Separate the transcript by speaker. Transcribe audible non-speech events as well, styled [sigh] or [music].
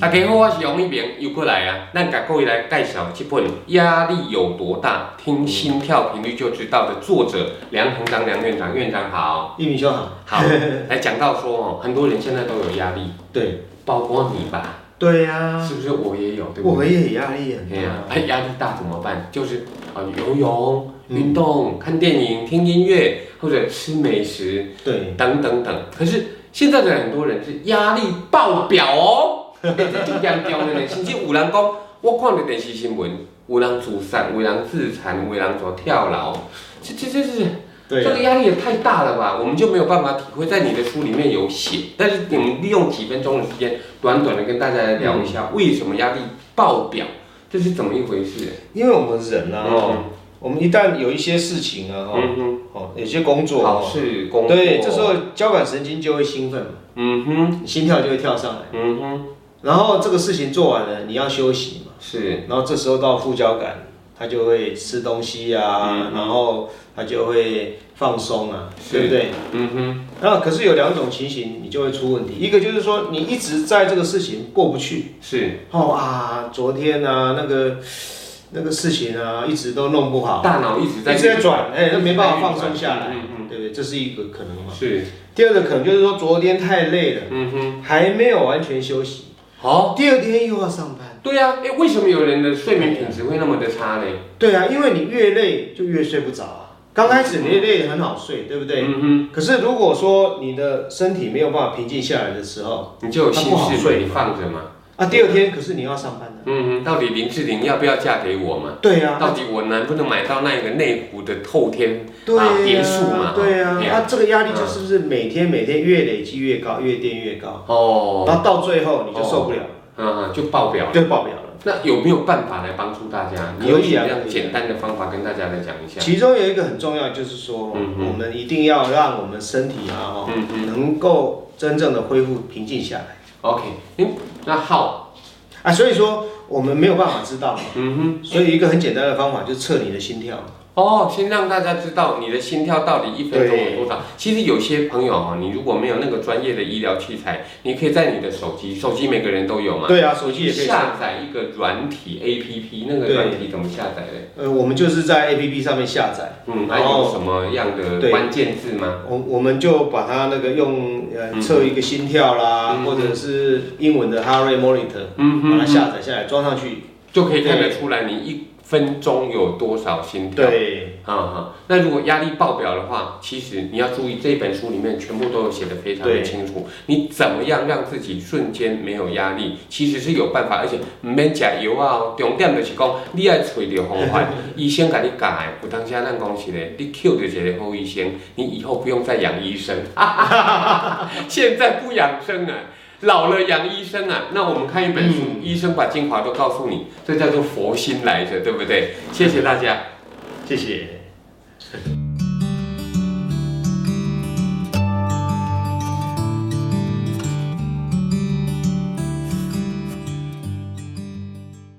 Speaker 1: 大家好，啊我是杨一鸣，又过来啊。那甲各位来介绍这本《压力有多大》，听心跳频率就知道的作者梁恒章梁院长，院长
Speaker 2: [laughs]
Speaker 1: 好。
Speaker 2: 一鸣兄好，
Speaker 1: 好，来讲到说哦，很多人现在都有压力，
Speaker 2: 对
Speaker 1: 包括你吧，
Speaker 2: 对呀、
Speaker 1: 是不是？我也有，对
Speaker 2: 我
Speaker 1: 不对？
Speaker 2: 们也有压力啊很
Speaker 1: 哎呀，
Speaker 2: 大，
Speaker 1: 哎，压力大怎么办？就是啊、呃游泳、
Speaker 2: 嗯
Speaker 1: 运动、看电影、听音乐，或者吃美食，
Speaker 2: 对，
Speaker 1: 等等等。可是现在的很多人是压力爆表哦，欸这就严重了呢。甚至有人讲，我看了电视新闻，有人自杀，有人自残，有人做跳楼，这这这是
Speaker 2: 对啊
Speaker 1: 这
Speaker 2: 呀、
Speaker 1: 个压力也太大了吧？我们就没有办法体会，在你的书里面有写，但是我们利用几分钟的时间，短短的跟大家来聊一
Speaker 2: 嗯
Speaker 1: 下，为什么压力爆表，这是怎么一回事？
Speaker 2: 因为我们人啊，
Speaker 1: 哦
Speaker 2: 我们一旦有一些事情啊，哈、
Speaker 1: 嗯
Speaker 2: 哦，有些工
Speaker 1: 哼，
Speaker 2: 作，
Speaker 1: 考
Speaker 2: 哦，
Speaker 1: 试工作，
Speaker 2: 对，这时，候交感神经就会兴奋嘛，
Speaker 1: 嗯哼，
Speaker 2: 你心跳就会跳上来，
Speaker 1: 嗯哼，
Speaker 2: 然后这个事情做完了，你要休息嘛，
Speaker 1: 是，
Speaker 2: 然后这时候到副交感，他就会吃东西啊，
Speaker 1: 嗯
Speaker 2: 然后他就会放松啊，对不对？
Speaker 1: 嗯哼，
Speaker 2: 那可是有两种情形，你就会出问题，一个就是说你一直在这个事情过不去。
Speaker 1: 是
Speaker 2: 哦啊，昨天啊，那个那个事情啊，一直都弄不好，
Speaker 1: 大脑一直在
Speaker 2: 一直在转，哎、那没办法放松下来，
Speaker 1: 嗯
Speaker 2: 对不对？这是一个可能嘛。
Speaker 1: 是，
Speaker 2: 第二个可能就是说，昨天太累了，
Speaker 1: 嗯哦哼，
Speaker 2: 还没有完全休息，
Speaker 1: 好、
Speaker 2: 第二天又要上班。
Speaker 1: 对呀、哎，为什么有人的睡眠品质会那么的差呢？
Speaker 2: 对啊，因为你越累就越睡不着啊。刚开始你累得很好睡，对不对？
Speaker 1: 嗯
Speaker 2: 可是如果说你的身体没有办法平静下来的时候，
Speaker 1: 哼，你就有心事陪放着嘛。
Speaker 2: 啊，第二天可是你要上班的。
Speaker 1: 嗯哼，到底林志玲要不要嫁给我嘛？
Speaker 2: 对啊，
Speaker 1: 到底我能不能买到那个内湖的透天？
Speaker 2: 对呀、
Speaker 1: 啊别墅嘛
Speaker 2: 对呀、
Speaker 1: 哦
Speaker 2: 啊，
Speaker 1: 对
Speaker 2: 那、
Speaker 1: 啊
Speaker 2: 这个压力就是不是每天每天越累积越高，越垫越高，
Speaker 1: 哦，
Speaker 2: 然后到最后你就受不了，
Speaker 1: 嗯，就爆表了。
Speaker 2: 就爆表了。
Speaker 1: 那有没有办法来帮助大家？
Speaker 2: 可
Speaker 1: 你
Speaker 2: 以啊
Speaker 1: 有什么
Speaker 2: 可
Speaker 1: 样
Speaker 2: 以啊
Speaker 1: 简单的方法跟大家来讲一下？
Speaker 2: 其中有一个很重要，就是说、
Speaker 1: 嗯哼
Speaker 2: 我们一定要让我们身体啊，哦，
Speaker 1: 嗯哼
Speaker 2: 能够真正的恢复平静下来
Speaker 1: ，OK，嗯，那好，
Speaker 2: 啊。所以说我们没有办法知道嘛，
Speaker 1: 嗯哼。
Speaker 2: 所以一个很简单的方法就是测你的心跳。
Speaker 1: 哦，先让大家知道你的心跳到底一分钟有多少。其实有些朋友哦，你如果没有那个专业的医疗器材，你可以在你的手机，手机每个人都有嘛，
Speaker 2: 对啊，手机也可以测。
Speaker 1: 下载一个软体 APP，那个
Speaker 2: 对
Speaker 1: 软体怎么下载的？
Speaker 2: 呃，我们就是在 APP 上面下载，
Speaker 1: 嗯，还
Speaker 2: 然
Speaker 1: 有
Speaker 2: 后
Speaker 1: 什么样的
Speaker 2: 对
Speaker 1: 关键字吗？
Speaker 2: 我我们就把它那个用呃
Speaker 1: 嗯
Speaker 2: 测一个心跳啦，
Speaker 1: 嗯
Speaker 2: 或者是英文的 heart rate monitor。
Speaker 1: 嗯
Speaker 2: 把它
Speaker 1: 哼，
Speaker 2: 下载下来装上去。
Speaker 1: 就可以看得出来你一分钟有多少心跳。
Speaker 2: 对，
Speaker 1: 啊哈、那如果压力爆表的话，其实你要注意这本书里面全部都有写的非常的
Speaker 2: 对
Speaker 1: 清楚，你怎么样让自己瞬间没有压力，其实是有办法，而且唔免食药啊哦，重点就是讲你爱找着方法，医生甲你教的，有当时啊咱讲是咧，你捡着一个好医生，你以后不用再养医生， [laughs] 现在不养生啊。老了养医生啊，那我们看一本书，医生把精华都告诉你，这叫做佛心来着，对不对？谢谢大家。
Speaker 2: 谢谢。